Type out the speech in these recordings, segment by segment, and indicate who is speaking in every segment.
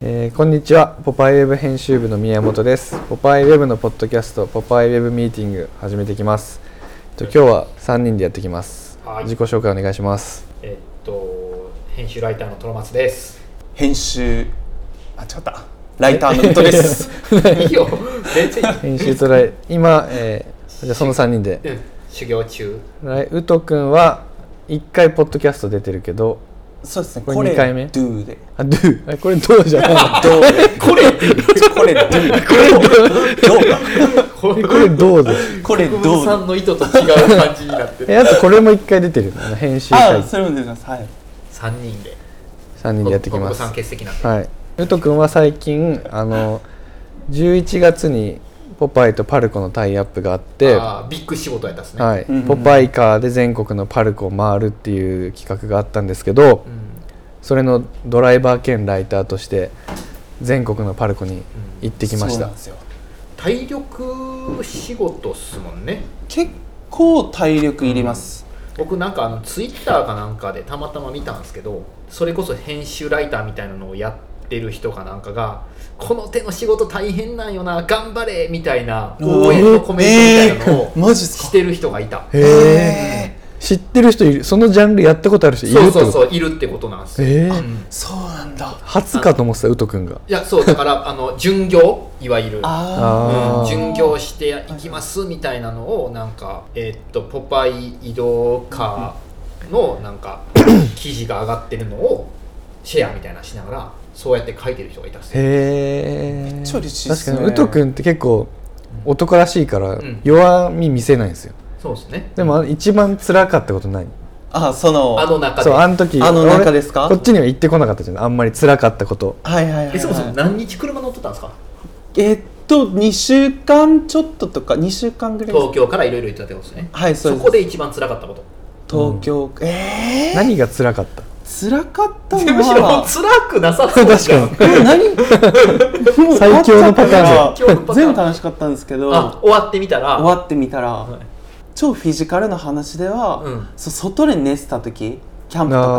Speaker 1: えーこんにちはポパイウェブ編集部の宮本ですポパイウェブのポッドキャストポパイウェブミーティング始めていきますと今日は3人でやっていきます、
Speaker 2: はい
Speaker 1: 自己紹介お願いします
Speaker 2: えっと編集ライターのトロマツ です。
Speaker 3: 編集あ違ったライターの糸です
Speaker 2: いいよ、全然いい。
Speaker 1: 編集とライ今、えーじゃあその3人で
Speaker 2: うん修行中。
Speaker 1: ライウト君は1回ポッドキャスト出てるけど
Speaker 3: そうですね
Speaker 1: これ二回目
Speaker 3: ドゥで
Speaker 1: あドゥあこれどうじゃないの
Speaker 3: ドゥこれこれドゥこれドゥ
Speaker 2: これ
Speaker 1: これどうです
Speaker 3: これド
Speaker 2: さ
Speaker 3: ゥ
Speaker 2: んの意図と違う感じになってる。
Speaker 1: えあとこれも1回出てるあの編集会
Speaker 3: あそれも出てますはい
Speaker 2: 三人で。
Speaker 1: 3人でやっていきま
Speaker 2: お子
Speaker 1: す
Speaker 2: さん欠席なんで。
Speaker 1: はい。ゆとくんは最近あの11月にポパイとパルコのタイアップがあって、は
Speaker 2: あービッグ仕事やったっすね。
Speaker 1: い
Speaker 3: うんうんう、ん
Speaker 1: ポパイカーで全国のパルコを回るっていう企画があったんですけど
Speaker 2: う、ん。
Speaker 1: それのドライバー兼ライターとして全国のパルコに行ってきまし
Speaker 3: そう
Speaker 1: た
Speaker 3: なん。ですよ
Speaker 2: 体力仕事っすもんね。
Speaker 3: 結構体力いります
Speaker 2: 僕なんかあのツイッターかなんかでたまたま見たんですけどそれこそ編集ライターみたいなのをやってる人かなんかが「この手の仕事大変なんよな頑張れ」みたいな応援のコメントみたいなの
Speaker 3: えー
Speaker 2: を
Speaker 3: マジっす
Speaker 2: し
Speaker 3: か
Speaker 2: てる人がいた、
Speaker 1: へえ。知ってる人いる？そのジャンルやったことある人いる
Speaker 2: そ
Speaker 1: って
Speaker 2: うそう
Speaker 1: こと？
Speaker 2: そういるってことなんですよ、
Speaker 1: ええ
Speaker 2: う。ん
Speaker 3: そうなんだ
Speaker 1: 初かと思ってたウトくんが。
Speaker 2: いやそうだからあの巡業いわゆる
Speaker 1: あー
Speaker 2: う
Speaker 3: あ
Speaker 2: ん、巡業していきますみたいなのをなんか、えーっとポパイ移動カーのなんか記事が上がってるのをシェアみたいなのしながらそうやって書いてる人がいたんです
Speaker 1: へ
Speaker 2: よ
Speaker 1: え
Speaker 3: めっちゃ嬉しいっすね
Speaker 1: 確かにウト君って結構男らしいから
Speaker 2: ん
Speaker 1: 弱み見せないんですよ、
Speaker 2: そうですね
Speaker 1: でもあの一番辛かったことない
Speaker 3: ああその
Speaker 2: あの中
Speaker 1: そ
Speaker 2: で
Speaker 1: うあの時
Speaker 3: あの中
Speaker 1: 俺
Speaker 3: ですか
Speaker 1: こっちには行ってこなかったじゃんあんまり辛かったこと
Speaker 3: はいはいはいはい
Speaker 2: えそもそも何日車乗ってたんですか
Speaker 3: えっと2週間ちょっととか2週間ぐらいです
Speaker 2: 東京からいろいろ行ったってことですね
Speaker 3: はいそう
Speaker 2: そ
Speaker 3: です
Speaker 2: こで一番辛かったこと
Speaker 3: 東京、ええ
Speaker 1: 何が辛かった
Speaker 3: ー、辛かったの
Speaker 2: でむしろもう
Speaker 3: は
Speaker 2: 辛くなさそうじゃん
Speaker 1: 確
Speaker 3: え何もう
Speaker 1: 最強のパターンじゃん
Speaker 2: 最強のパターン
Speaker 3: 全部楽しかったんですけど
Speaker 2: あ終
Speaker 3: 終
Speaker 2: わってみたら
Speaker 3: わってみたら、
Speaker 2: い
Speaker 3: 超フィジカルな話では、
Speaker 2: うん
Speaker 3: そう外で寝てた時キャンプとか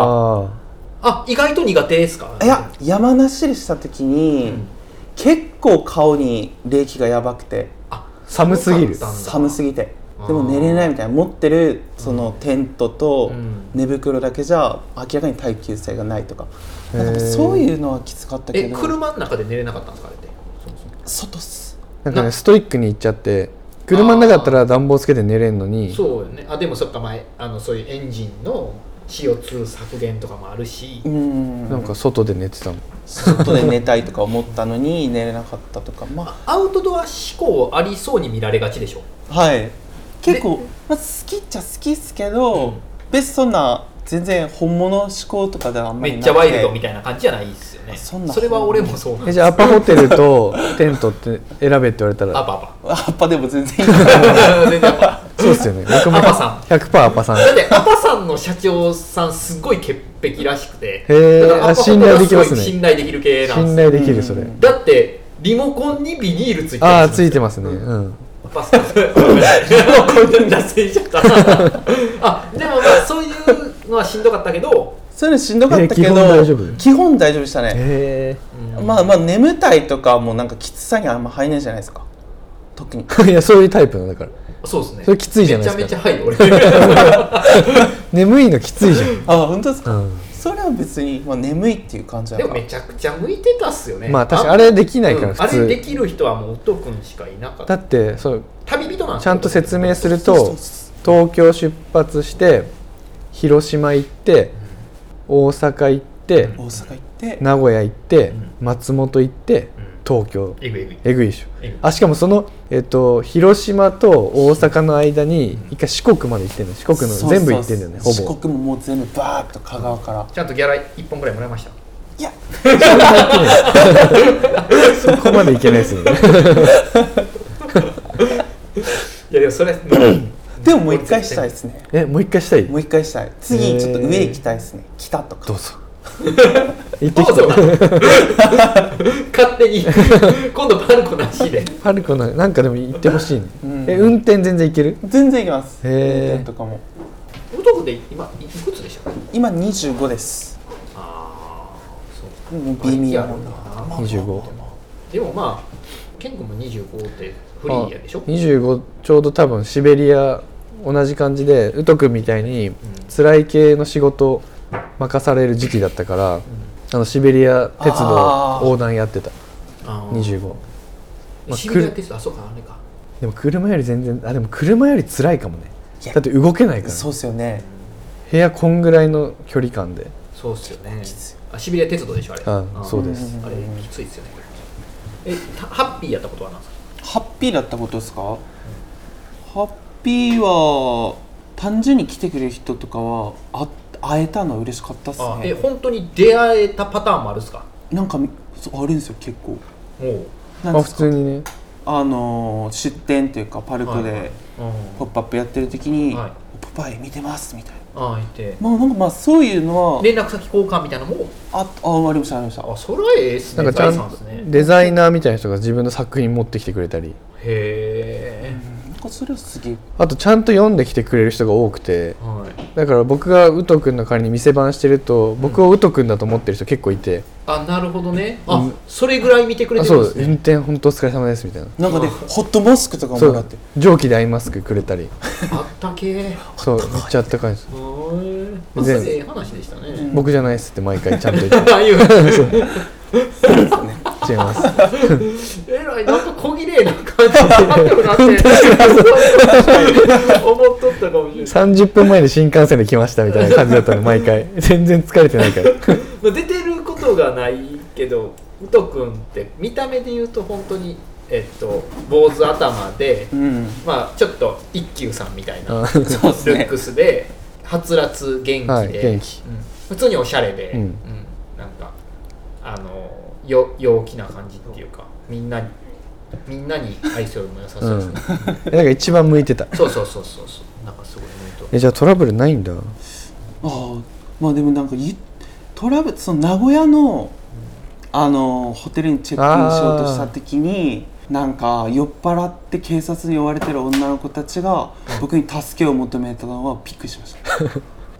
Speaker 1: あ
Speaker 2: あ意外と苦手ですか
Speaker 3: いや山梨でした時に、
Speaker 2: うん
Speaker 3: 結構顔に冷気がやばくて
Speaker 2: あ
Speaker 1: 寒すぎる
Speaker 2: そうだったんだ
Speaker 3: 寒すぎて
Speaker 2: あー
Speaker 3: でも寝れないみたいな持ってるそのテントと
Speaker 2: うん
Speaker 3: 寝袋だけじゃ明らかに耐久性がないとか
Speaker 1: へー
Speaker 3: なんかそういうのはきつかったけ
Speaker 2: え
Speaker 3: ど
Speaker 2: 車の中で寝れなかったんですかあれって
Speaker 3: 外っす
Speaker 1: ーなんかねストイックに行っちゃって車の中だったら暖房つけて寝れんのに
Speaker 2: そうよねあでもそっか前あのそういうエンジンの CO2 削減とかもあるし、
Speaker 3: うん
Speaker 1: なんか外で寝てたもん
Speaker 3: 外で寝たいとか思った のに寝れなかったとかま
Speaker 2: アウトドア思考ありそうに見られがちでしょ
Speaker 3: あはい結構、まあ、好きっちゃ好きっすけど、
Speaker 2: うん
Speaker 3: 別にそんな全然本物思考とかではあんまり
Speaker 2: めっ
Speaker 3: なく
Speaker 2: ち
Speaker 3: て
Speaker 2: ゃワイルドみたいな感じじゃないですよね
Speaker 3: そんな
Speaker 2: れは俺もそうなん
Speaker 1: え
Speaker 2: です
Speaker 1: じゃあアパホテルとテントって選べって言われた
Speaker 2: ア
Speaker 1: ら
Speaker 2: パ ア
Speaker 3: あっぱでも全然い いから
Speaker 2: パ全然アパ
Speaker 1: そうっすよね僕も
Speaker 2: アパさ
Speaker 1: 100%アパさん
Speaker 2: だってアパさんの社長さんすごい潔癖らしくて
Speaker 1: へー
Speaker 2: だからアパホテルは
Speaker 1: あ信頼できますね
Speaker 2: ごい信頼できる系なんです
Speaker 1: 信
Speaker 2: よ
Speaker 1: 頼できるそれ、
Speaker 3: うん
Speaker 2: だってリモコンにビニールついてる
Speaker 1: ああついてますねうん
Speaker 2: パスタこんな脱線しちゃった あでもまあそういうのはしんどかったけど、
Speaker 3: それしんどかったけど、
Speaker 1: え基本大丈夫
Speaker 3: 基本大丈夫でしたね、
Speaker 1: へ
Speaker 3: まあまあ眠たいとかもなんかきつさにあんま入んないじゃないですか特に
Speaker 1: え いやそういうタイプのだから
Speaker 2: そうですね
Speaker 1: それきついじゃないです
Speaker 2: めちゃめちゃはい 俺
Speaker 1: 眠いのきついじゃ
Speaker 3: あ本当ですか、
Speaker 1: ん、うん
Speaker 3: それは別に、まあ、眠いっていう感じだ
Speaker 2: で
Speaker 3: か
Speaker 2: も
Speaker 3: ら
Speaker 2: めちゃくちゃ向いてたっすよね
Speaker 1: まあ確かにあれできないから
Speaker 2: うん
Speaker 1: 普
Speaker 2: あれで
Speaker 1: 通
Speaker 2: きる人はもう音くんしかいなか
Speaker 1: だ
Speaker 2: った
Speaker 1: ってそう
Speaker 2: 旅人なんです
Speaker 1: ちゃんと説明する
Speaker 3: そうそう
Speaker 1: と東京出発して広島行って大阪行って
Speaker 3: 大阪行って
Speaker 1: 名古屋行って
Speaker 2: ん
Speaker 1: 松本行って東京
Speaker 2: えぐいえぐい
Speaker 1: えぐいでしょ
Speaker 2: えぐい
Speaker 1: あしかもその、えっと広島と大阪の間に一回四国まで行ってんの四国の
Speaker 3: そうそう
Speaker 1: 全部行ってんだよねほぼ
Speaker 3: 四国ももう全部バーッと香川から
Speaker 2: ちゃんとギャラ1本ぐらいもら いました
Speaker 3: いや
Speaker 1: そこまで行けないですよね
Speaker 2: いやでもそれ
Speaker 3: でももう一回したいですね
Speaker 1: えもう一回したい
Speaker 3: もう一回したい
Speaker 1: へー
Speaker 3: 次ちょっと上行きたいですね北とか
Speaker 1: どうぞ 行って
Speaker 2: どう
Speaker 1: き
Speaker 2: ぞ
Speaker 1: た
Speaker 2: な勝手 に今度パルコなしで
Speaker 1: パルコのなんかでも行ってほしいね、
Speaker 3: うん
Speaker 1: え運転全然行ける
Speaker 3: 全然行きます
Speaker 1: へー
Speaker 3: 運転とかも
Speaker 2: 音くんで今いくつでした
Speaker 3: 今25です
Speaker 2: ああそう
Speaker 3: もう微妙やもんな
Speaker 2: な
Speaker 1: 25
Speaker 2: でもまあケン君も25ってフリーやでしょ
Speaker 1: あ25ちょうど多分シベリア同じ感じでウト君みたいに辛い系の仕事任される時期だったから、あのシベリア鉄道
Speaker 3: あー
Speaker 1: 横断やってた
Speaker 2: あー
Speaker 1: 25まあ
Speaker 2: シベリア鉄道あそうかあれか
Speaker 1: でも車より全然あでも車より辛いかもね
Speaker 3: いや
Speaker 1: だって動けないから
Speaker 3: そうっすよね
Speaker 1: 部屋こんぐらいの距離感で
Speaker 2: そうっすよね
Speaker 3: つい
Speaker 2: あシベリア鉄道でしょあれ
Speaker 1: あそうです
Speaker 2: んあれきついっすよねえたハッピーやったことは何ですか
Speaker 3: ハッピーだったことですか、ハッピーは単純に来てくれる人とかはあ会えたのは嬉しかったっす
Speaker 2: あえ
Speaker 3: ね
Speaker 2: 本当に出会えたパターンもあるっすか
Speaker 3: なんかみそうあるんですよ結構
Speaker 2: おう
Speaker 3: なん
Speaker 1: まあ
Speaker 3: です
Speaker 1: 普通
Speaker 3: か
Speaker 1: にね
Speaker 3: あのー出店というかパルク
Speaker 2: はいはい
Speaker 3: で「
Speaker 2: あ
Speaker 3: ポップアップやってる時に
Speaker 2: はい
Speaker 3: 「ポパイ見てます」みたいな
Speaker 2: あいて
Speaker 3: まあなんかまあそういうのは
Speaker 2: 連絡先交換みたいなのも
Speaker 3: ああありましたありました
Speaker 2: あそれええっす
Speaker 1: な
Speaker 2: ね
Speaker 1: んかちゃ
Speaker 2: 財
Speaker 1: ん
Speaker 2: 産っ
Speaker 1: と
Speaker 2: すね
Speaker 1: デザイナーみたいな人が自分の作品持ってきてくれたり
Speaker 2: へ
Speaker 3: なんかそれはすげえ
Speaker 1: あとちゃんと読んできてくれる人が多くて
Speaker 2: えはい
Speaker 1: だから僕がウト君の代わりに店番してると僕をウト君だと思ってる人結構いて、
Speaker 2: あなるほどねあ、
Speaker 1: うん
Speaker 2: それぐらい見てくれ
Speaker 1: あ
Speaker 2: てる
Speaker 1: そ
Speaker 2: んで
Speaker 1: う
Speaker 2: すね
Speaker 1: 運転本当お疲れ様ですみたいな
Speaker 3: なんかで
Speaker 2: あ
Speaker 3: ホットマスクとかも
Speaker 1: そ
Speaker 3: らっ
Speaker 1: う
Speaker 3: て
Speaker 1: 蒸気でアイマスクくれたり
Speaker 2: あったけー
Speaker 1: そうめっちゃあったかいです
Speaker 2: はーい
Speaker 1: 全
Speaker 2: ええ話でしたね、
Speaker 1: 僕じゃないっすって毎回ちゃんと言って
Speaker 2: ああいう
Speaker 1: 違います
Speaker 2: えらいなんか小綺麗な感じになってるなって思っとったかもしれない
Speaker 1: 30分前で新幹線で来ましたみたいな感じだったの毎回全然疲れてないから
Speaker 2: まあ出てることがないけどウト君って見た目で言うと本当にえっと坊主頭で、
Speaker 3: うん
Speaker 2: まあちょっと一休さんみたいな
Speaker 1: あ
Speaker 2: ル
Speaker 1: ー
Speaker 3: そうっす
Speaker 2: ッ
Speaker 3: ね
Speaker 2: クスではつらつ元気で、
Speaker 1: はい元気
Speaker 2: うん普通におしゃれで、
Speaker 1: うん
Speaker 2: うんなんかあのよ陽気な感じっていうかみんなにみんなに愛想も良さそうですね、
Speaker 1: えなんか一番向いてた
Speaker 2: そうそうそうそうそうなんかすごい向いと
Speaker 1: えじゃあトラブルないんだ
Speaker 3: ああまあでもなんかゆトラブルその名古屋のあのホテルにチェックインしようとした時になんか酔っ払って警察に追われてる女の子たちが僕に助けを求めたのはびっくりしました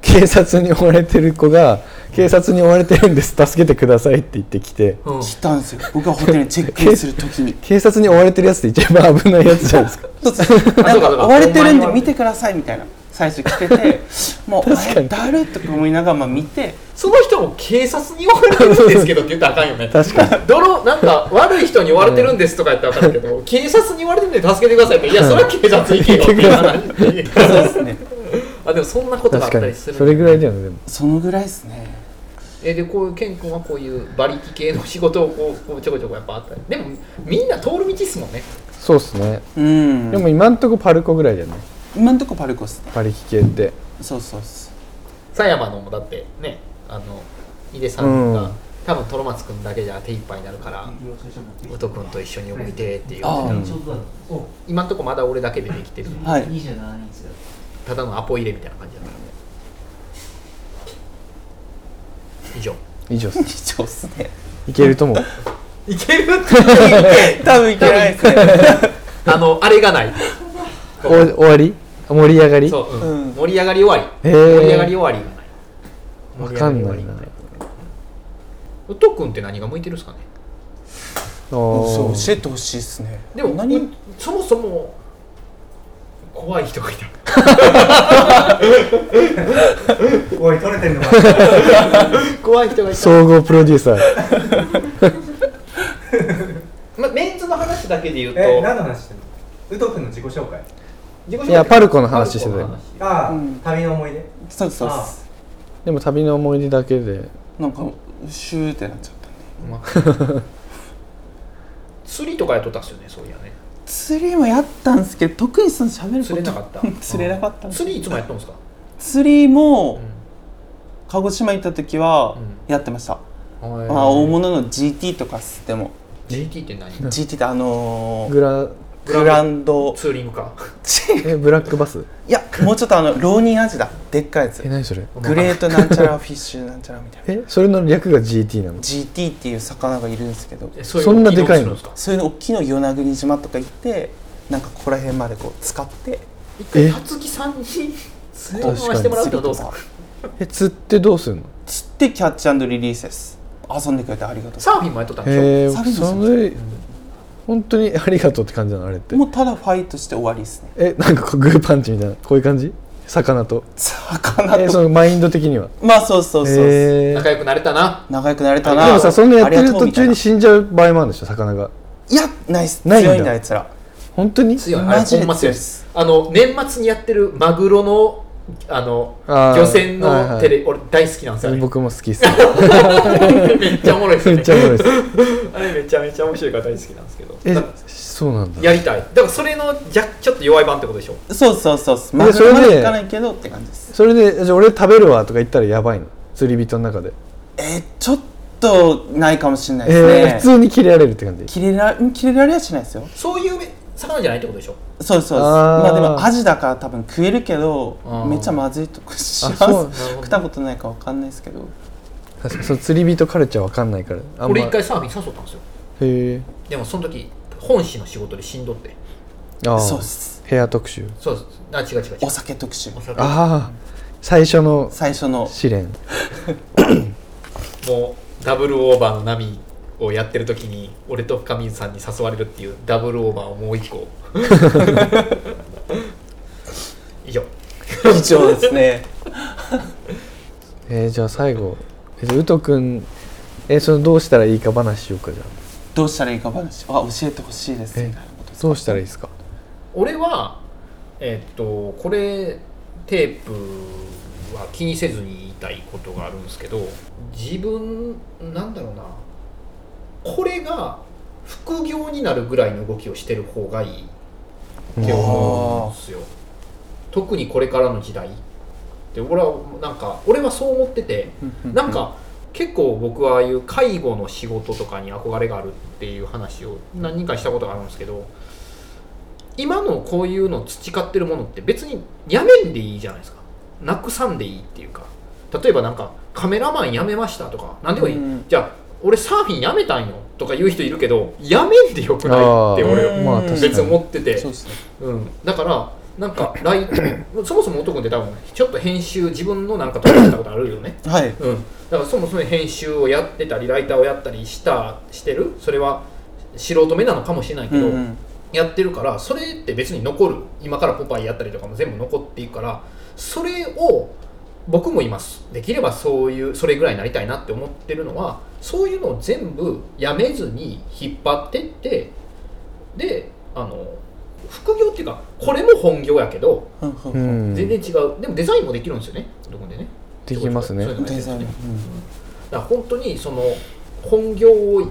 Speaker 1: 警察に追われてる子が「警察に追われてるんです助けてください」って言ってきて
Speaker 2: うん
Speaker 3: 来たんですよ僕がホテルにチェックインする時に
Speaker 1: 警察に追われてるやつって一番危ないやつじゃない ですか
Speaker 3: そうそうなんか
Speaker 2: そうか
Speaker 3: 追われてるんで見てくださいみたいな最初来ててもう
Speaker 1: 確かに
Speaker 3: えだるとか思いながらまあ見て
Speaker 2: その人も警察に追われてるんですけどって言ったらあかんよ ね
Speaker 1: 確かに
Speaker 2: 泥なんか悪い人に追われてるんですとか言ったら分かるけど警察に追われてるんで助けてくださいっていやそれは警察行けよっていう話
Speaker 3: そうですね
Speaker 2: あでもそんなことがあ
Speaker 1: 確
Speaker 2: った
Speaker 1: かに
Speaker 2: りする
Speaker 1: それぐらいだよねでも
Speaker 3: そのぐらいですね
Speaker 2: えでこういうケン君はこういう馬力系の仕事をこうこうちょこちょこやっぱあったりでもみんな通る道っすもんね
Speaker 1: そうっすね
Speaker 3: うん
Speaker 1: でも今んとこパルコぐらいだよね
Speaker 3: 今んとこパルコっすね
Speaker 1: 馬力系って
Speaker 3: そうそうっす
Speaker 2: 狭山のもだってねあの井出さんが、
Speaker 1: うん
Speaker 2: 多分トロマツ君だけじゃ手一杯になるから音君と一緒に動いてっていう
Speaker 3: ああ
Speaker 1: うん
Speaker 2: 今んとこまだ俺だけでできてる
Speaker 3: はい
Speaker 2: ただのアポ入れみたいな感じだったので以上
Speaker 1: 以上っす
Speaker 3: 以上っすね
Speaker 1: いけるとも
Speaker 2: いけるって
Speaker 3: 多分いけないですね。
Speaker 2: あのあれがない
Speaker 1: お終わり盛り上がり
Speaker 2: そう、うん
Speaker 3: うん
Speaker 2: 盛り上がり終わり
Speaker 1: へー
Speaker 2: 盛り上がり終わりがない
Speaker 1: わかんない
Speaker 2: 盛り上がり終わ
Speaker 1: な
Speaker 2: りが音君って何が向いてるんですかね
Speaker 3: そう
Speaker 1: お
Speaker 3: 教えてほしいですね。
Speaker 2: でも
Speaker 3: 何
Speaker 2: うそもそも怖い人がいた
Speaker 4: おい取れてるのか
Speaker 2: 怖い人がいた
Speaker 1: 総合プロデューサー
Speaker 2: ま、メンズの話だけで言うと
Speaker 4: え何の話してんのウト君の自己紹介
Speaker 2: 自己紹介
Speaker 1: いやパルコの話してたよ
Speaker 2: パルコの話
Speaker 4: ああ、
Speaker 3: うん
Speaker 4: 旅の思い出
Speaker 3: そうそう
Speaker 4: あ
Speaker 1: でも旅の思い出だけで
Speaker 3: なんかシューってなっちゃったね。
Speaker 2: 釣りとかやっとったっすよねそういやね
Speaker 3: 釣りもやったんですけど特にその喋ること
Speaker 2: 釣れなかった
Speaker 3: 釣れなかったんです
Speaker 2: 釣りいつもやっとんすか、
Speaker 3: 釣りも
Speaker 2: う
Speaker 3: 鹿児島行った時は
Speaker 2: う
Speaker 3: やってました。
Speaker 2: ん
Speaker 3: まあ大物の GT とかっすでも
Speaker 2: GT って何
Speaker 3: GT ってあのー
Speaker 1: グラ
Speaker 3: グランド
Speaker 2: ツーリン グか
Speaker 1: えブラックバス
Speaker 3: いやもうちょっとあの浪人アジだでっかいやつ
Speaker 1: え何それ
Speaker 3: グレートなんちゃらフィッシュなんちゃらみたいな
Speaker 1: えそれの略が GT なの
Speaker 3: GT っていう魚がいるんですけど
Speaker 2: えそ
Speaker 1: そんなでかいの
Speaker 2: 移動するんすか
Speaker 3: そういうの大きいの与那国島とか行ってなんかここら辺までこう使って
Speaker 2: 一回
Speaker 1: え
Speaker 2: たつきさんに 釣りを回してもらうってのはどうですか
Speaker 1: え釣ってどうするの
Speaker 3: 釣ってキャッチリリースです遊んでくれてありがとう
Speaker 2: サーフィンもやっとったんでしょ、
Speaker 1: へえ
Speaker 3: サーフィンですよ
Speaker 1: その時本当にありがとうって感じなのあれって
Speaker 3: もうただファイトして終わりですね
Speaker 1: えなんかこうグーパンチみたいなこういう感じ魚と
Speaker 3: 魚
Speaker 1: え
Speaker 3: と
Speaker 1: そのマインド的には
Speaker 3: まあそうそうそうそう、
Speaker 1: へえ
Speaker 2: 仲良くなれたな
Speaker 3: 仲良くなれたな
Speaker 1: でもさそんなやって
Speaker 3: あり
Speaker 1: る
Speaker 3: がとう
Speaker 1: 途
Speaker 3: みた
Speaker 1: 中
Speaker 3: いな
Speaker 1: に死んじゃう場合もあるんでしょ魚が
Speaker 3: いやないっす
Speaker 1: ないんだ
Speaker 3: 強いんだあいつら
Speaker 1: 本当に
Speaker 2: 強いあれ
Speaker 3: マジ
Speaker 2: ほ
Speaker 3: で
Speaker 2: んま強
Speaker 3: 強
Speaker 2: いで
Speaker 3: いですす
Speaker 2: あの年末にやってるマグロのあの
Speaker 1: あー
Speaker 2: 漁船
Speaker 1: はいは
Speaker 2: の
Speaker 1: い
Speaker 2: テレ、俺大好きなんですよ、ね、
Speaker 1: 僕も好きっす
Speaker 2: めっちゃおもろいです よ
Speaker 1: め
Speaker 2: ね
Speaker 1: っちゃおもろいっす
Speaker 2: あれめちゃめちゃ面白いから大好きなんですけど
Speaker 1: え
Speaker 2: だ
Speaker 1: そうなんだ
Speaker 2: やりたいだからそれのじゃちょっと弱い版ってことでしょ
Speaker 3: そうそうそうそ
Speaker 1: で
Speaker 3: うマ
Speaker 1: そ
Speaker 3: グロ
Speaker 1: れで
Speaker 3: までいかないけどって感じです
Speaker 1: それでじゃあ俺食べるわとか言ったらやばいの釣り人の中で、
Speaker 3: えー、ちょっとないかもしれない
Speaker 1: え
Speaker 3: ですね、
Speaker 1: ー、普通に切れられるって感じ
Speaker 3: 切れらうん切れられはしないですよ
Speaker 2: そういうめ魚じゃないってことでしょ
Speaker 3: そうですそうです
Speaker 1: あー
Speaker 3: まあでもアジだから多分食えるけど
Speaker 2: うん
Speaker 3: めっちゃまずいとかします
Speaker 1: あそう
Speaker 3: 食ったことないかわかんないですけど
Speaker 1: 確かにその釣り人カルチャーわかんないからあんま
Speaker 2: 俺一回サーフィン誘ったんですよ
Speaker 1: へえ
Speaker 2: でもその時本市の仕事でしんどって
Speaker 1: ああ
Speaker 3: そうです
Speaker 1: 部屋特集
Speaker 2: そうですあ違う違う違う
Speaker 3: お酒特集
Speaker 2: お酒
Speaker 1: ああ最初の
Speaker 3: 最初の
Speaker 1: 試練
Speaker 2: もうダブルオーバーの波をやってる時に俺と深水さんに誘われるっていうダブルオーバーをもう 一個以上
Speaker 3: 以上ですね
Speaker 1: えー、じゃあ最後えじゃあウト君えそのどうしたらいいか話しようかじゃあ
Speaker 3: どうしたらいいか話あ教えてほしいですみたいなことです
Speaker 1: どうしたらいいですか
Speaker 2: 俺はえっとこれテープは気にせずに言いたいことがあるんですけど自分なんだろうなこれが副業になるぐらいの動きをしてる方がいいって思うんですよ特にこれからの時代で俺はなんか俺はそう思っててなんか結構僕はああいう介護の仕事とかに憧れがあるっていう話を何人かしたことがあるんですけど今のこういうの培ってるものって別にやめんでいいじゃないですかなくさんでいいっていうか例えばなんかカメラマンやめましたとか何でもいい、
Speaker 3: うん
Speaker 2: じゃあ俺サーフィンやめたんよとか言う人いるけどやめんでよくな
Speaker 1: あ
Speaker 2: いって俺は
Speaker 1: ーまあ
Speaker 3: うん
Speaker 1: 確かに
Speaker 2: 別に思ってて
Speaker 3: そうですね
Speaker 2: うん、だからなんか来そもそも男って多分ちょっと編集自分のなんか撮ってたことあるよね、
Speaker 3: はい
Speaker 2: うん、だからそもそも編集をやってたりライターをやったりしたしてるそれは素人目なのかもしれないけど、
Speaker 3: うん
Speaker 2: やってるからそれって別に残る今から「ポパイ」やったりとかも全部残っていくからそれを僕も今できればそういうそれぐらいになりたいなって思ってるのはそういうのを全部やめずに引っ張ってってであの副業っていうかこれも本業やけど
Speaker 3: うんうん
Speaker 1: う
Speaker 3: うん
Speaker 1: ん
Speaker 2: 全然違う、でもデザインもできるんですよねどこでね
Speaker 1: できますね
Speaker 2: そういうのがで
Speaker 3: デ
Speaker 2: きる
Speaker 3: ザ
Speaker 2: ん
Speaker 3: イン
Speaker 2: です
Speaker 3: う
Speaker 2: よね
Speaker 3: ん
Speaker 2: だから本当にその本業を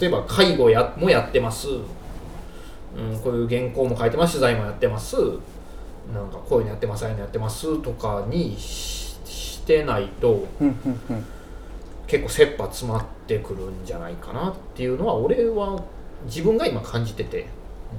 Speaker 2: 例えば介護やもやってます、うん、こういう原稿も書いてます取材もやってますなんかこういうのやってますああいうのやってますとかにししてないと
Speaker 3: うんうんうん
Speaker 2: 結構切羽詰まってくるんじゃないかなっていうのは俺は自分が今感じてて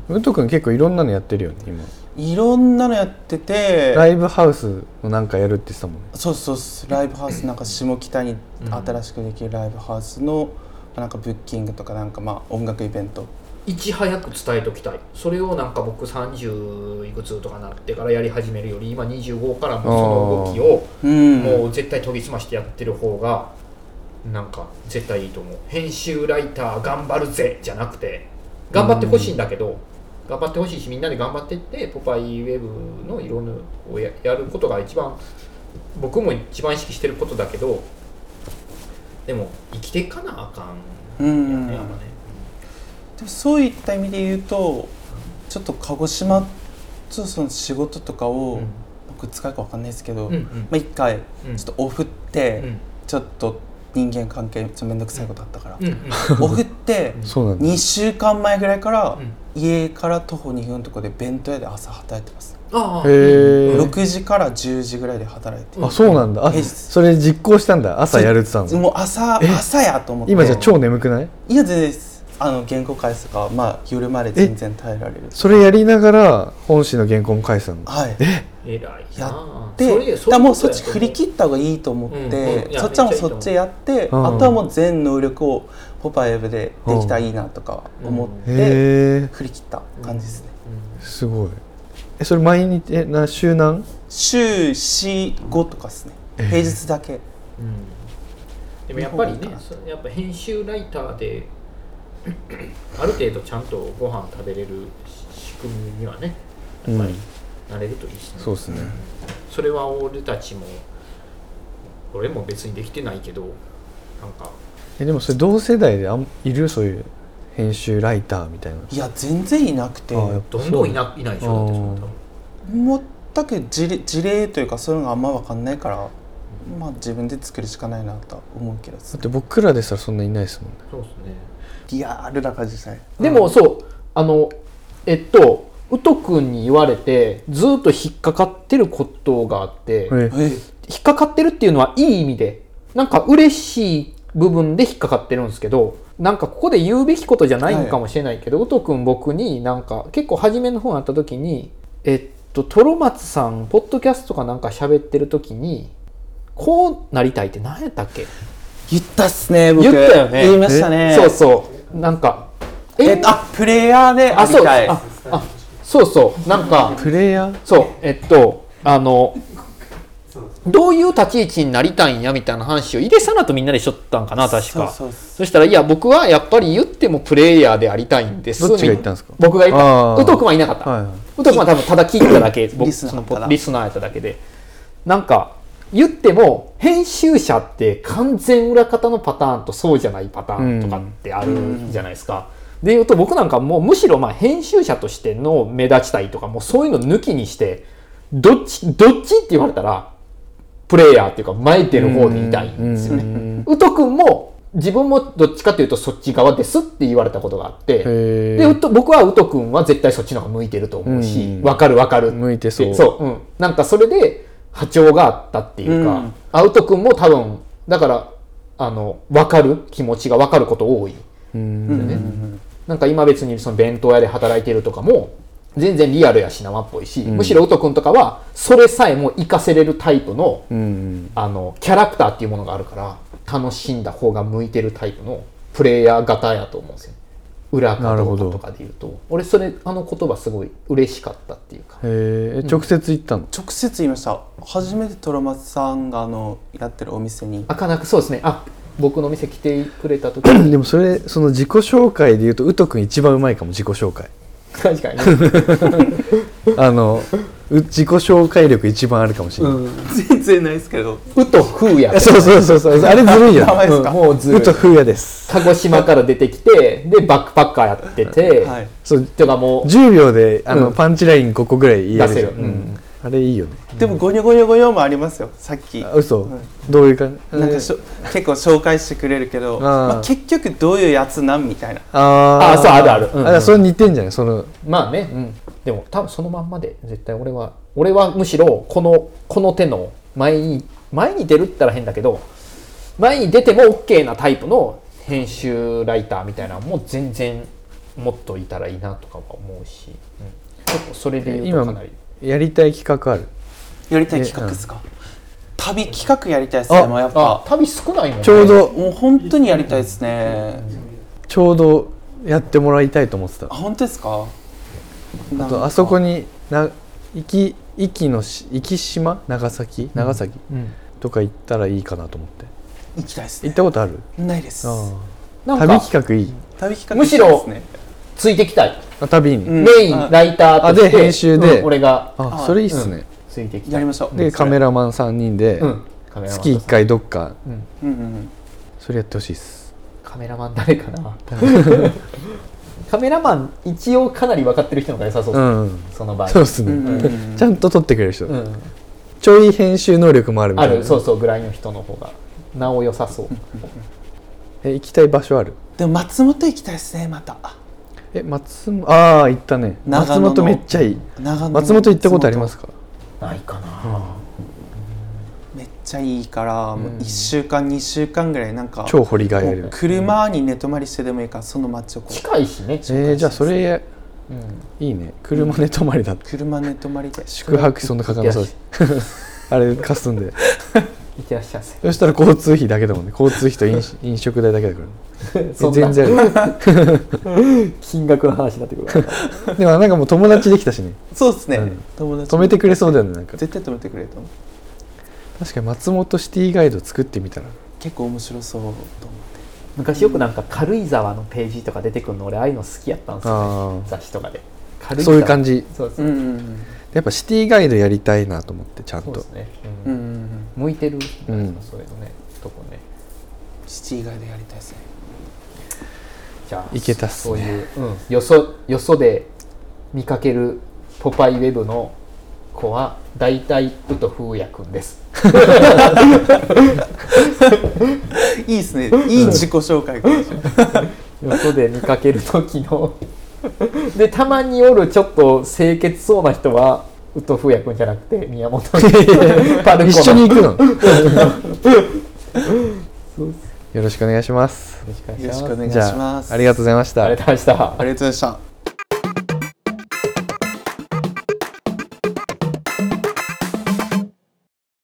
Speaker 1: ウト君結構いろんなのやってるよね今
Speaker 3: いろんなのやってて
Speaker 1: ライブハウスのなんかやるって言ってたもんね
Speaker 3: そうそうそうライブハウスなんか下北に
Speaker 2: うん
Speaker 3: 新しくできるライブハウスのなんかブッキングとかなんかまあ音楽イベント
Speaker 2: いち早く伝えときたいそれをなんか僕30いくつとかなってからやり始めるより今25からもうその動きを
Speaker 3: うん
Speaker 2: もう絶対研ぎ澄ましてやってる方がなんか絶対いいと思う編集ライター頑張るぜじゃなくて頑張ってほしいんだけど、頑張ってほしいしみんなで頑張ってって「ポパイウェブのいろんなをややることが一番僕も一番意識してることだけどでも生きていかなあかん
Speaker 3: う
Speaker 2: よ
Speaker 3: ん
Speaker 2: ね、やっぱね
Speaker 3: でもそういった意味で言うとちょっと鹿児島とその仕事とか
Speaker 2: う
Speaker 3: を、
Speaker 2: ん
Speaker 3: 僕使うかわかんないですけど、
Speaker 2: うんうん
Speaker 3: まあ、一回
Speaker 2: うん
Speaker 3: ちょっとオフって、ちょっと人間関係ちょっと面倒くさいことあったから、
Speaker 2: うんうん
Speaker 3: オフって
Speaker 1: そうなんだ
Speaker 3: 2週間前ぐらいから
Speaker 2: うん
Speaker 3: 家から徒歩2分のとこで弁当屋で朝働いてます、
Speaker 2: あ
Speaker 1: へ
Speaker 2: あ
Speaker 1: え
Speaker 3: 6時から10時ぐらいで働いて、
Speaker 1: あそうなんだあ
Speaker 3: え
Speaker 1: それ実行したんだ朝やるって言ってたの
Speaker 3: もう朝
Speaker 1: え
Speaker 3: 朝やと思って
Speaker 1: 今じゃ超眠くない
Speaker 3: いや全然ですあの原稿返すとかまあ夜まで全然耐えられる
Speaker 1: それやりながら本誌の原稿も返したの
Speaker 3: はい
Speaker 2: 偉いなあ
Speaker 3: や
Speaker 2: それ
Speaker 3: でだ
Speaker 2: そ
Speaker 3: か
Speaker 2: うい
Speaker 3: ら
Speaker 2: う
Speaker 3: もう
Speaker 2: こと
Speaker 3: そ
Speaker 2: やと
Speaker 3: っち
Speaker 2: 思う
Speaker 3: 振り切った方がいいと思って、
Speaker 2: うんうんいや
Speaker 3: そっちはもう
Speaker 2: めっちゃいいと
Speaker 3: そ
Speaker 2: 思う
Speaker 3: っちやって、
Speaker 1: うん
Speaker 3: あとはもう全能力をポパイウェブでできたらいいなとか思って、
Speaker 1: へえ
Speaker 3: 振り切った感じですね、
Speaker 2: うん
Speaker 1: すごいえそれ毎日えな週何
Speaker 3: 週45とかですね
Speaker 1: えー
Speaker 3: 平日だけ、
Speaker 2: うん
Speaker 5: でもやっぱりねそうやっぱ編集ライターで ある程度ちゃんとご飯食べれる仕組みにはね
Speaker 1: う
Speaker 5: やっぱ
Speaker 1: ん
Speaker 5: りなれるといいしね、
Speaker 1: そうですね
Speaker 5: それは俺たちも俺も別にできてないけどなんか
Speaker 1: えでもそれ同世代であんいるそういう編集ライターみたいない
Speaker 3: や全然いなくて
Speaker 1: あやっぱ
Speaker 5: ど
Speaker 1: そうん
Speaker 5: どんいないないでしょだってそんな多分
Speaker 3: 全く事例事例というかそういうのがあんま分かんないからまあ自分で作るしかないなとは思うけど
Speaker 1: だって僕らですらそんないないですもんね
Speaker 5: そうですね
Speaker 3: リアルな感じですね
Speaker 2: でもそうあのえっとウト君に言われてずっと引っかかってることがあって、
Speaker 1: え
Speaker 3: え
Speaker 2: 引っかかってるっていうのはいい意味でなんか嬉しい部分で引っかかってるんですけどなんかここで言うべきことじゃないのかもしれないけど、ウト君僕になんか結構初めの方になった時にえっとトロマツさんポッドキャストかなんか喋ってる時にこうなりたいって何やったっけ
Speaker 3: 言ったっすね
Speaker 2: 言
Speaker 3: 僕
Speaker 2: ったよね
Speaker 3: 言いましたね
Speaker 2: そうそうなんか
Speaker 3: えっとあプレイヤーであ
Speaker 2: あ
Speaker 3: り
Speaker 2: そう
Speaker 3: たい
Speaker 2: ああそうそうなんか
Speaker 1: プレイヤー
Speaker 2: そうえっとあのどういう立ち位置になりたいんやみたいな話を井出さなとみんなでしょったんかな確か
Speaker 3: そうそうそ
Speaker 2: そしたらいや僕はやっぱり言ってもプレイヤーでありたいんです
Speaker 1: どっちが言ったんですか
Speaker 2: 僕が言った
Speaker 1: あー
Speaker 2: ウト君はいなかった、
Speaker 1: はいはい
Speaker 2: ウト君は多分ただ聞いた だけ僕
Speaker 3: リスナー
Speaker 2: その
Speaker 3: ただ
Speaker 2: ポリスナーやっただけでなんか言っても編集者って完全裏方のパターンとそうじゃないパターンとかってあるじゃないですか。で言うと僕なんかもうむしろまあ編集者としての目立ちたいとかもうそういうの抜きにしてどっちどっちって言われたらプレイヤーっていうか前出る方でいたいんですよ
Speaker 1: うんうんうん
Speaker 2: ね。ウト君も自分もどっちかというとそっち側ですって言われたことがあって。
Speaker 1: へ
Speaker 2: でウト僕はウト君は絶対そっちの方が向いてると思う
Speaker 1: う
Speaker 2: し
Speaker 1: ん
Speaker 2: わ、かるわかる
Speaker 1: 向いてそう
Speaker 2: でそう、うん、なんかそれで波長があったっていう
Speaker 3: う
Speaker 2: か
Speaker 3: ん、
Speaker 2: あウト君も多分だからあのわかる気持ちがわかること多い
Speaker 1: うん
Speaker 3: うんうんう
Speaker 2: ね
Speaker 3: ん
Speaker 2: なんか今別にその弁当屋で働いてるとかも全然リアルやし生っぽいし、むしろウト君とかはそれさえも活かせれるタイプの
Speaker 1: うん
Speaker 2: あのキャラクターっていうものがあるから楽しんだ方が向いてるタイプのプレイヤー型やと思うんですよね裏
Speaker 1: な
Speaker 2: か
Speaker 1: る
Speaker 2: ど
Speaker 1: ほ
Speaker 2: うか
Speaker 1: ど
Speaker 2: とかで言うと俺それあの言葉すごい嬉しかったっていうか
Speaker 1: へーえ直接行ったの
Speaker 3: 直接言いました初めてトロマツさんがあのやってるお店に
Speaker 2: あかなくそうですねあ僕の店来てくれた時
Speaker 1: でもそれその自己紹介で言うとウト君一番うまいかも自己紹介
Speaker 2: 確かに、ね、
Speaker 1: あのう自己紹介力一番あるかもしれない、
Speaker 3: 全然ないですけど
Speaker 2: うとふうや
Speaker 1: え そうそうそうそうあれずるいよ
Speaker 3: 名前
Speaker 1: ね
Speaker 3: ですか、
Speaker 2: もうず
Speaker 1: ウ
Speaker 2: るい
Speaker 1: ト風也です
Speaker 2: 鹿児島から出てきてでバックパッカーやってて、
Speaker 3: はい
Speaker 1: そう
Speaker 2: てかもう
Speaker 1: 10秒であの、
Speaker 2: うん
Speaker 1: パンチラインここぐらい言えるじゃん
Speaker 2: 出せるうん
Speaker 1: あれいいよね
Speaker 3: でもゴニョゴニョゴニョもありますよさっき
Speaker 1: あ嘘、
Speaker 3: はい
Speaker 1: どういう感じ
Speaker 3: なんかしょ結構紹介してくれるけど、
Speaker 1: ん
Speaker 3: まあ、結局どういうやつなんみたいな
Speaker 1: あ
Speaker 2: あそうあるあるうん
Speaker 1: あだからそれ似てんじゃないその
Speaker 2: まあね、でも多分そのまんまで絶対俺は俺はむしろこのこの手の前に前に出るって言ったら変だけど前に出ても OK なタイプの編集ライターみたいなのも全然もっといたらいいなとかは思うし、うん結構それで言うとかなり
Speaker 1: やりたい企画ある
Speaker 3: やりたい企画ですか、旅企画やりたいですね
Speaker 1: あ
Speaker 3: もうやっ
Speaker 2: あ
Speaker 3: ぱ
Speaker 2: 旅少ないもんね
Speaker 1: ちょうど
Speaker 3: もう本当にやりたいですね、
Speaker 1: ちょうどやってもらいたいと思ってた
Speaker 3: あ本当ですか
Speaker 1: あとあそこ
Speaker 3: に
Speaker 1: にな壱岐壱岐のし壱岐島長崎長崎、
Speaker 2: うん
Speaker 1: とか行ったらいいかなと思って
Speaker 3: 行きたいです
Speaker 1: 行っ
Speaker 3: ね
Speaker 1: たことある
Speaker 3: ないです
Speaker 2: なんか
Speaker 1: 旅企画いい
Speaker 3: 旅企画
Speaker 2: むしろ
Speaker 3: 行きたいですね
Speaker 2: ついてきたい、
Speaker 1: あ旅に、
Speaker 3: うん
Speaker 2: メインライターとして
Speaker 1: あで編集で
Speaker 2: うん俺が
Speaker 1: あ
Speaker 3: あ
Speaker 1: それいいっすね、
Speaker 2: ついてきた
Speaker 3: や
Speaker 2: い
Speaker 3: りましょう
Speaker 1: でカメ
Speaker 3: ラ
Speaker 1: ラマン3人で、
Speaker 2: うんカメラマン
Speaker 1: 月1回どっか
Speaker 3: うんうん
Speaker 1: それやってほしいっす
Speaker 2: カメラマン誰 かなカメラマン一応かなり分かってる人の方が良さそ
Speaker 1: う
Speaker 2: うですね、
Speaker 1: ん
Speaker 2: その場合
Speaker 1: そうっすね、
Speaker 3: うんうんうんうん
Speaker 1: ちゃんと撮ってくれる人、
Speaker 2: うん
Speaker 1: ちょい編集能力もあるみた
Speaker 2: あ
Speaker 1: いな
Speaker 2: るそうそうぐらいの人の方がなお良さそう
Speaker 1: え行きたい場所ある
Speaker 3: でも松本行きたいですねまた
Speaker 1: え松本ああ行ったね
Speaker 3: 長
Speaker 1: 松
Speaker 3: 野の
Speaker 1: 本めっちゃいい
Speaker 3: 長野の
Speaker 1: 松本行ったことありますか
Speaker 2: ないかな、
Speaker 3: めっちゃいいから、もう1週間2週間ぐらいなんか
Speaker 1: 超掘りがいある
Speaker 3: もう車に寝泊まりしてでもいいからその街をこう
Speaker 2: 近いしね、
Speaker 1: えー、じゃあそれ
Speaker 2: うん
Speaker 1: いいね車で泊まりだって、
Speaker 3: 車寝泊まりで
Speaker 1: 宿泊そんなかかんなそうだし あれ貸すんで
Speaker 2: いってらっしゃいませ
Speaker 1: そしたら交通費だけだもんね交通費と飲酒飲食代だけだからね
Speaker 2: そんな
Speaker 1: 全然 あ
Speaker 2: 金額の話になってくるから
Speaker 1: るでもなんかもう友達できたしね
Speaker 3: そうですね、
Speaker 1: うん
Speaker 3: 友達
Speaker 1: 止めてくれそうだよねなんか
Speaker 3: 絶対止めてくれると思う
Speaker 1: 確かに松本シティガイド作ってみたら
Speaker 3: 結構面白そうと思って
Speaker 2: 昔よくなんか軽井沢のページとか出てくるの俺ああいうの好きやったんですよ、
Speaker 1: あ
Speaker 2: 雑誌とかで
Speaker 1: あ
Speaker 2: 軽
Speaker 1: そういう感じ
Speaker 2: そうです
Speaker 3: う
Speaker 2: ね、
Speaker 3: ん
Speaker 1: やっぱシティガイドやりたいなと思ってちゃん
Speaker 2: そうで
Speaker 1: と
Speaker 2: すね、
Speaker 3: う
Speaker 2: うん
Speaker 3: うんん
Speaker 2: 向いてる、
Speaker 1: うん
Speaker 2: そういうのねとこね
Speaker 3: 七以外でやりたいですね
Speaker 2: じゃあ
Speaker 1: いけたっすね
Speaker 2: そういう、うん、よそよそで見かけるポパイウェブの子は大体ウトフーヤくんです
Speaker 3: いいですねいい自己紹介かもしれない
Speaker 2: よそで見かける時の でたまにおるちょっと清潔そうな人はウトフーヤくんじゃなくて宮本のパルコの
Speaker 1: 一緒に行くの
Speaker 2: そう
Speaker 1: よろしくお願いします
Speaker 2: よろしくお願いします
Speaker 3: よろしくお願いし
Speaker 1: じ
Speaker 3: ます
Speaker 1: ゃあありがとうございました
Speaker 2: ありがとうございました
Speaker 3: ありがとうございました